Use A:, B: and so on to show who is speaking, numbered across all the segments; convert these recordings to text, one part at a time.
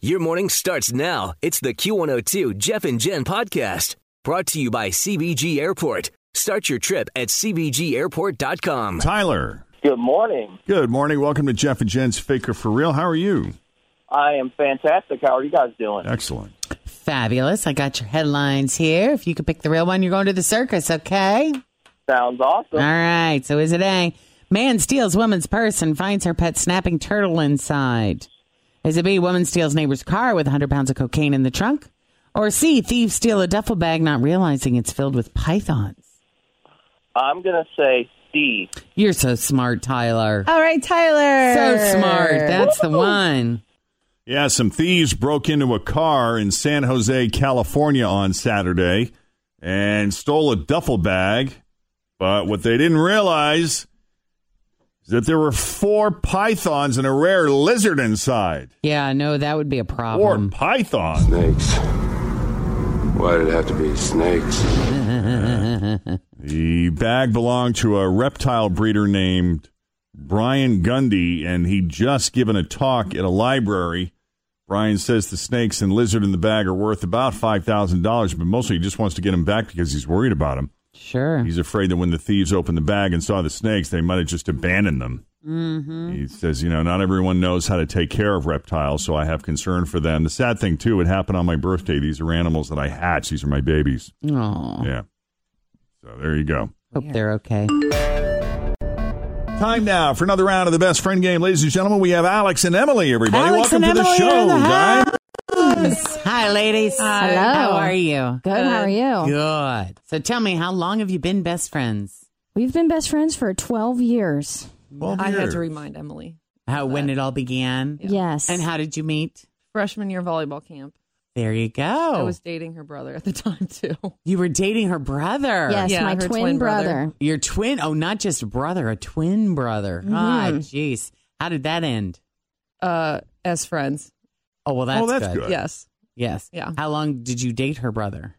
A: Your morning starts now. It's the Q102 Jeff and Jen podcast brought to you by CBG Airport. Start your trip at CBGAirport.com.
B: Tyler.
C: Good morning.
B: Good morning. Welcome to Jeff and Jen's Faker for Real. How are you?
C: I am fantastic. How are you guys doing?
B: Excellent.
D: Fabulous. I got your headlines here. If you could pick the real one, you're going to the circus, okay?
C: Sounds awesome.
D: All right. So is it A? Man steals woman's purse and finds her pet snapping turtle inside. Is it B? Woman steals neighbor's car with 100 pounds of cocaine in the trunk? Or C? Thieves steal a duffel bag not realizing it's filled with pythons.
C: I'm gonna say C.
D: You're so smart, Tyler.
E: All right, Tyler.
D: So smart. That's the one.
B: Yeah, some thieves broke into a car in San Jose, California on Saturday and stole a duffel bag. But what they didn't realize is that there were four pythons and a rare lizard inside.
D: Yeah, no, that would be a
B: Four
D: problem.
B: pythons.
F: Snakes. Why did it have to be snakes?
B: The bag belonged to a reptile breeder named Brian Gundy, and he'd just given a talk at a library. Brian says the snakes and lizard in the bag are worth about $5,000, but mostly he just wants to get them back because he's worried about them.
D: Sure.
B: He's afraid that when the thieves opened the bag and saw the snakes, they might have just abandoned them. Mm-hmm. He says, you know, not everyone knows how to take care of reptiles, so I have concern for them. The sad thing, too, it happened on my birthday. These are animals that I hatch, these are my babies.
D: Oh,
B: Yeah. So there you go.
D: hope they're okay.
B: Time now for another round of the best friend game, ladies and gentlemen. We have Alex and Emily. Everybody,
D: Alex
B: welcome
D: and
B: to the
D: Emily
B: show,
D: are in the
B: guys.
D: Hi, ladies.
E: Hello.
D: How are you?
E: Good. How are you?
D: Good. So tell me, how long have you been best friends?
G: We've been best friends for 12 years.
B: Twelve
E: I had
B: years.
E: to remind Emily.
D: How when it all began?
G: Yes.
D: And how did you meet?
E: Freshman year volleyball camp.
D: There you go.
E: I was dating her brother at the time too.
D: you were dating her brother.
G: Yes,
E: Yeah,
G: my
E: her
G: twin,
E: twin brother.
G: brother.
D: Your twin. Oh, not just a brother, a twin brother. Ah, jeez. How did that end?
E: Mm-hmm. Uh, as friends.
D: Oh, well, that's,
B: Oh, that's good.
E: Yes.
D: Yes.
E: Yeah.
D: How long did you date her brother?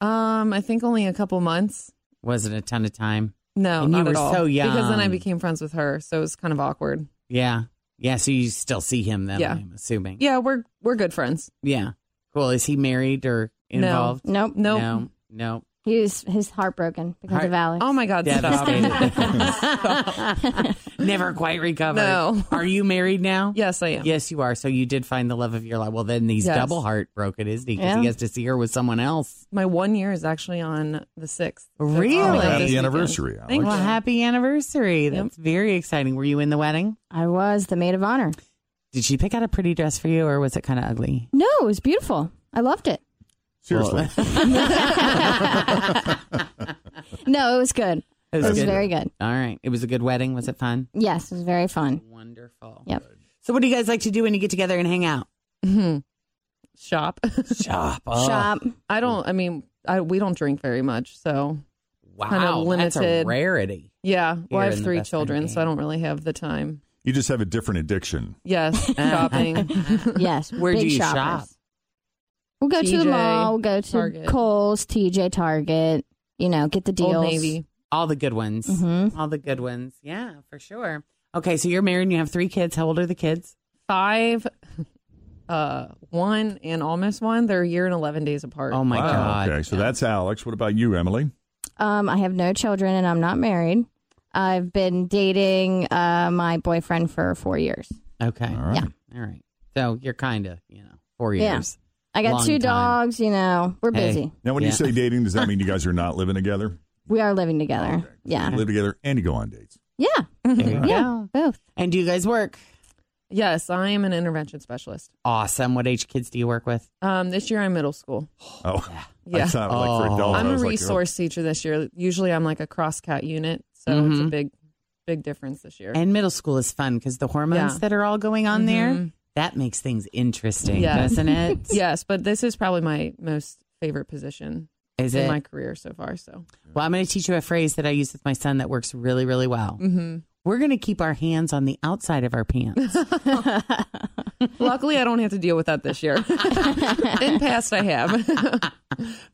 E: Um, I think only a couple months.
D: Was it a ton of time?
E: No,
D: And you
E: not
D: were
E: at all.
D: so
E: Because then I
D: young.
E: became friends with her, so it was kind of awkward.
D: Yeah. Yeah. So you still see him then,
E: Yeah.
D: I'm assuming.
E: Yeah, we're we're good friends.
D: Yeah. Cool. Is he married or involved?
G: Nope.
E: Nope.
D: No. No.
G: He was his heartbroken because
D: Heart-
G: of Alex.
E: Oh my God, stop.
D: Devastated. Never quite recovered.
E: No.
D: Are you married now?
E: yes, I am.
D: Yes, you are. So you did find the love of your life. Well, then he's
E: Yes.
D: double heartbroken, isn't he? Because
G: Yeah.
D: he has to see her with someone else.
E: My one year is actually on the sixth.
D: Really? Happy
B: Oh, anniversary, Alex.
E: Thank
D: Well,
E: you.
D: happy anniversary. That's very exciting. Were you in the wedding?
G: I was the maid of honor.
D: Did she pick out a pretty dress for you or was it kind of ugly?
G: No, it was beautiful. I loved it.
B: Seriously,
G: No, it was good.
D: It
G: It was very good.
D: All right. It was a good wedding. Was it fun?
G: Yes, it was very fun.
D: Wonderful.
G: Yep.
D: So, what do you guys like to do when you get together and hang out?
E: Mm-hmm. Shop.
D: Shop. Oh.
G: Shop.
E: I don't. I mean, I, we don't drink very much, so
D: Wow.
E: limited.
D: That's a rarity.
E: yeah. Well, I
D: Here in
E: have
D: the
E: three
D: best friend
E: children, so I
D: game.
E: don't really have the time.
B: you just have a different addiction.
D: Oh
E: Yes, shopping.
G: Yes.
D: Where
G: big
D: do you
G: shoppers.
D: shop?
G: We'll go to the
E: TJ,
G: mall. We'll go to
E: Target.
G: Kohl's, TJ, Target. You know, get the deals.
E: Old Navy.
D: All the good ones.
G: Mhm.
D: All the good ones. Yeah, for sure. Okay. So, you're married and you have three kids. How old are the kids?
E: Five, uh, one, and almost one. They're a year and eleven days apart.
D: Oh, my
B: Wow,
D: God.
B: Okay, so that's Alex. What about you, Emily?
G: Um, I have no children and I'm not married. I've been dating uh, my boyfriend for four years.
D: Okay.
B: All right.
G: Yeah.
D: All right. So you're kind of, you know, four
G: Yeah.
D: years.
G: I got
D: Long
G: two
D: time.
G: dogs. You know, we're
D: Hey.
G: busy.
B: Now, when you
D: Yeah.
B: say dating, does that mean you guys are not living together?
G: We are living together. Yeah.
B: You live together and you go on dates.
G: Yeah.
D: There you
G: Yeah.
D: go.
G: Both.
D: And do you guys work?
E: Yes, I am an intervention specialist.
D: Awesome. What age kids do you work with?
E: Um, this year I'm middle school.
B: Oh,
E: Yeah.
B: I sounded like for
D: Oh.
B: adults. I
E: I'm a
B: was like, oh.
E: resource teacher this year. Usually I'm like a crosscat unit, so it's a big, big difference this year.
D: Mm-hmm. And middle school is fun because the hormones
E: Yeah.
D: that are all going on there,
E: Mhm.
D: that makes things interesting,
E: Yeah.
D: doesn't it?
E: yes, but this is probably my most favorite position
D: Is
E: in
D: it?
E: my career so far. So
D: well, I'm going to teach you a phrase that I use with my son that works really, really well.
E: Mm-hmm.
D: We're going to keep our hands on the outside of our pants.
E: luckily I don't have to deal with that this year. in past I have.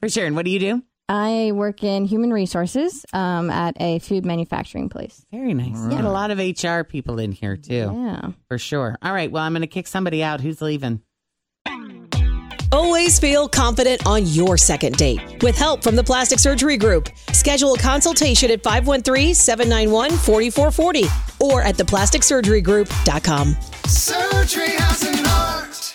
D: For sure. And what do you do?
G: I work in human resources um, at a food manufacturing place.
D: Very nice. Got a lot of HR people in here, too.
G: Yeah.
D: For sure. All right. Well, I'm going to kick somebody out. Who's leaving?
H: Always feel confident on your second date. With help from the Plastic Surgery Group, schedule a consultation at 513 791 4440 or at theplasticsurgerygroup.com.
I: Surgery has an art.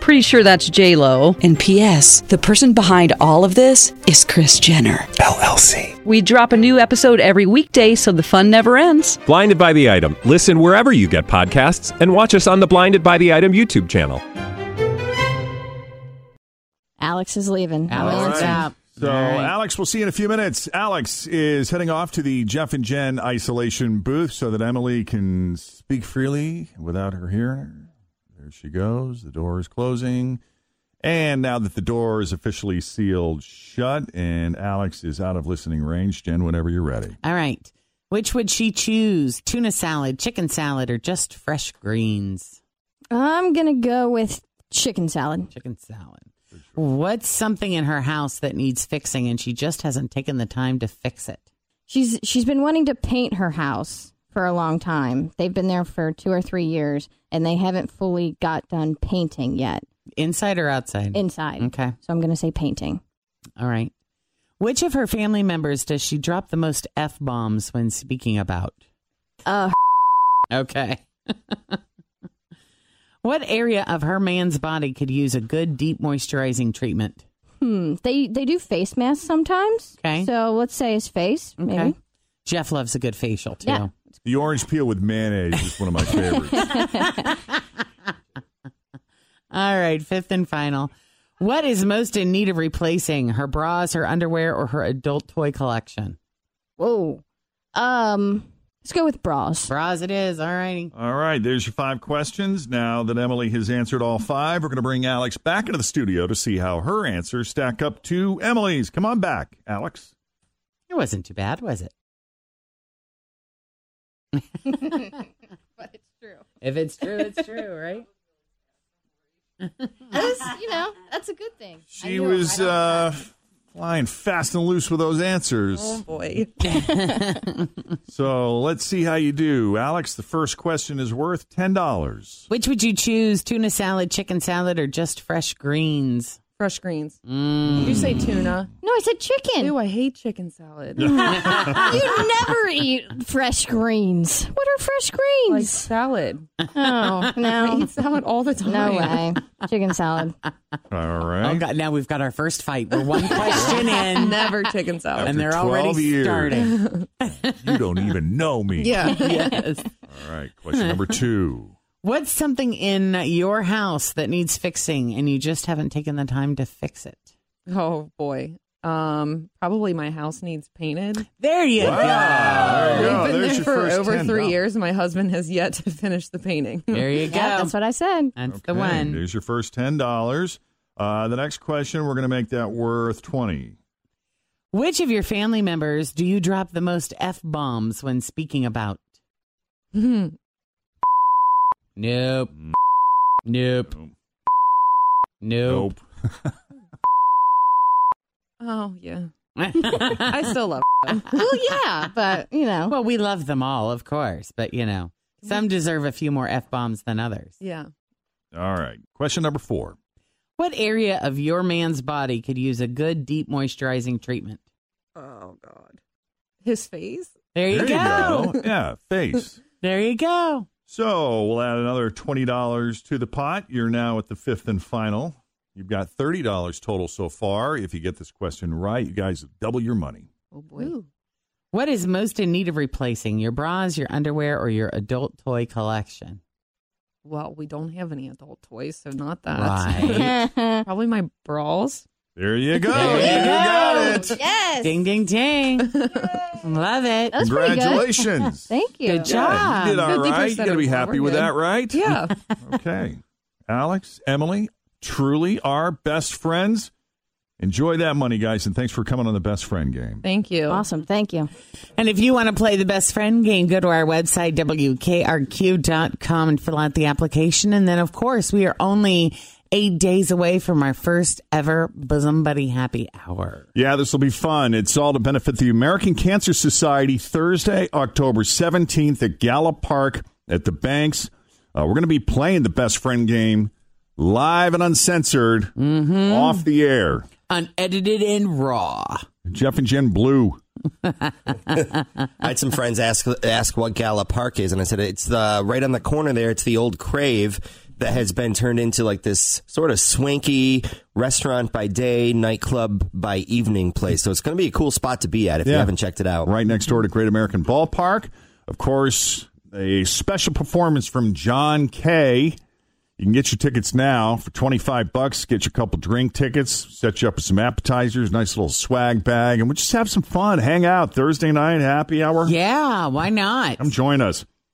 J: Pretty sure that's J Lo. And P.S. The person behind all of this is Chris Jenner
K: LLC.
J: We drop a new episode every weekday, so the fun never ends.
K: Blinded by the item. Listen wherever you get podcasts, and watch us on the Blinded by the Item YouTube channel.
G: Alex is leaving. I'm
D: Alex is
G: in.
D: out.
B: So,
D: All right.
B: Alex, we'll see you in a few minutes. Alex is heading off to the Jeff and Jen isolation booth so that Emily can speak freely without her hearing her. There she goes. The door is closing. And now that the door is officially sealed shut and Alex is out of listening range, Jen, whenever you're ready.
D: All right. Which would she choose? Tuna salad, chicken salad, or just fresh greens?
G: I'm gonna go with chicken salad.
D: Chicken salad. What's something in her house that needs fixing and she just hasn't taken the time to fix it?
G: She's she's been wanting to paint her house for a long time. They've been there for two or three years, and they haven't fully got done painting yet
D: Inside or outside?
G: inside.
D: Okay.
G: So I'm gonna say painting.
D: All right. Which of her family members does she drop the most F bombs when speaking about?
G: Uh,
D: Okay. what area of her man's body could use a good deep moisturizing treatment?
G: hmm. They they do face masks sometimes.
D: Okay.
G: So let's say his face. Maybe.
D: Jeff loves a good facial too.
G: Yeah.
B: The orange peel with mayonnaise is one of my favorites.
D: All right, fifth and final. What is most in need of replacing? Her bras, her underwear, or her adult toy collection?
G: Whoa. Um. Let's go with bras.
D: Bras it is. All righty.
B: all right, there's your five questions. Now that Emily has answered all five, we're going to bring Alex back into the studio to see how her answers stack up to Emily's. Come on back, Alex.
D: It wasn't too bad, was it?
G: But it's true.
D: If it's true, it's true, right?
G: you know, that's a good thing.
B: She was uh, flying fast and loose with those answers.
E: Oh, Boy.
B: So let's see how you do. Alex, the first question is worth $10.
D: Which would you choose? Tuna salad, chicken salad, or just fresh greens?
E: Fresh greens.
D: Mm.
E: You say tuna.
G: No, I said chicken.
E: Ew, I hate chicken salad.
G: You never eat fresh greens. What are fresh
E: like
G: greens?
E: salad.
G: oh,
E: I
G: no.
E: eat salad all the time.
G: No way. Chicken salad.
B: All
D: Oh,
B: right.
D: God. Now we've got our first fight. We're one question in,
E: Never chicken salad.
D: and they're
B: After 12
D: already
B: years.
D: starting.
B: You don't even know me.
E: Yeah.
D: yes.
B: All right. Question number two.
D: What's something in your house that needs fixing and you just haven't taken the time to fix it?
E: Oh boy. Um, probably my house needs painted.
D: There you
B: Wow. There you go.
E: We've been
B: There's
E: there
B: your
E: for
B: first
E: over
B: 10.
E: three
B: Wow.
E: years. My husband has yet to finish the painting.
D: go. There you go.
G: Yeah, that's what I said.
D: That's the
B: Okay,
D: one.
B: There's your first $10. Uh, the next question, we're going to make that worth 20
D: Which of your family members do you drop the most F bombs when speaking about?
E: Hmm.
D: Nope. Nope. Nope.
E: oh yeah.
D: well,
E: I still love. him.
G: Well, yeah, but, you know.
D: we love them all, of course, but you know, Some deserve a few more F bombs than others.
E: Yeah.
B: All right. Question number four.
D: What area of your man's body could use a good deep moisturizing treatment?
E: Oh God. His face.
D: There you go.
B: yeah, face.
D: there you go.
B: So we'll add another $20 to the pot. You're now at the fifth and final. You've got $30 total so far. If you get this question right, you guys double your money.
E: Oh boy.
D: What is most in need of replacing? Your bras, your underwear, or your adult toy collection?
E: Well, we don't have any adult toys, so not
D: that.
E: that. Probably my brawls.
B: There you go.
E: There you
B: You got it.
G: Yes.
D: Ding, ding, ding. Love it.
G: That was pretty good.
B: Congratulations.
G: Thank you.
D: Good job.
B: Yeah, you did all right. You got to be happy with that, right?
E: Yeah.
B: okay. Alex, Emily, truly our best friends. Enjoy that money, guys, and thanks for coming on the best friend game.
E: Thank you.
G: Awesome. Thank you.
D: And if you want to play the best friend game, go to our website, wkrq.com, and fill out the application. And then, of course, we are only eight days away from our first ever Bosom Buddy Happy Hour.
B: Yeah, this will be fun. It's all to benefit the American Cancer Society Thursday, October 17th at Gallup Park at the Banks. Uh, we're going to be playing the best friend game live and uncensored
E: Mm-hmm.
B: off the air.
D: Unedited and raw.
B: Jeff and Jen Blue.
L: I had some friends ask ask what Gala Park is, and I said it's the right on the corner there. It's the old Crave that has been turned into like this sort of swanky restaurant by day, nightclub by evening place. So it's going to be a cool spot to be at if you
B: Yeah.
L: haven't checked it out.
B: Right next door to Great American Ballpark. Of course, a special performance from John Kay. You can get your tickets now for 25 bucks. Get you a couple drink tickets, set you up with some appetizers, nice little swag bag, and we'll just have some fun. Hang out Thursday night, happy hour.
D: Yeah, why not?
B: Come join us.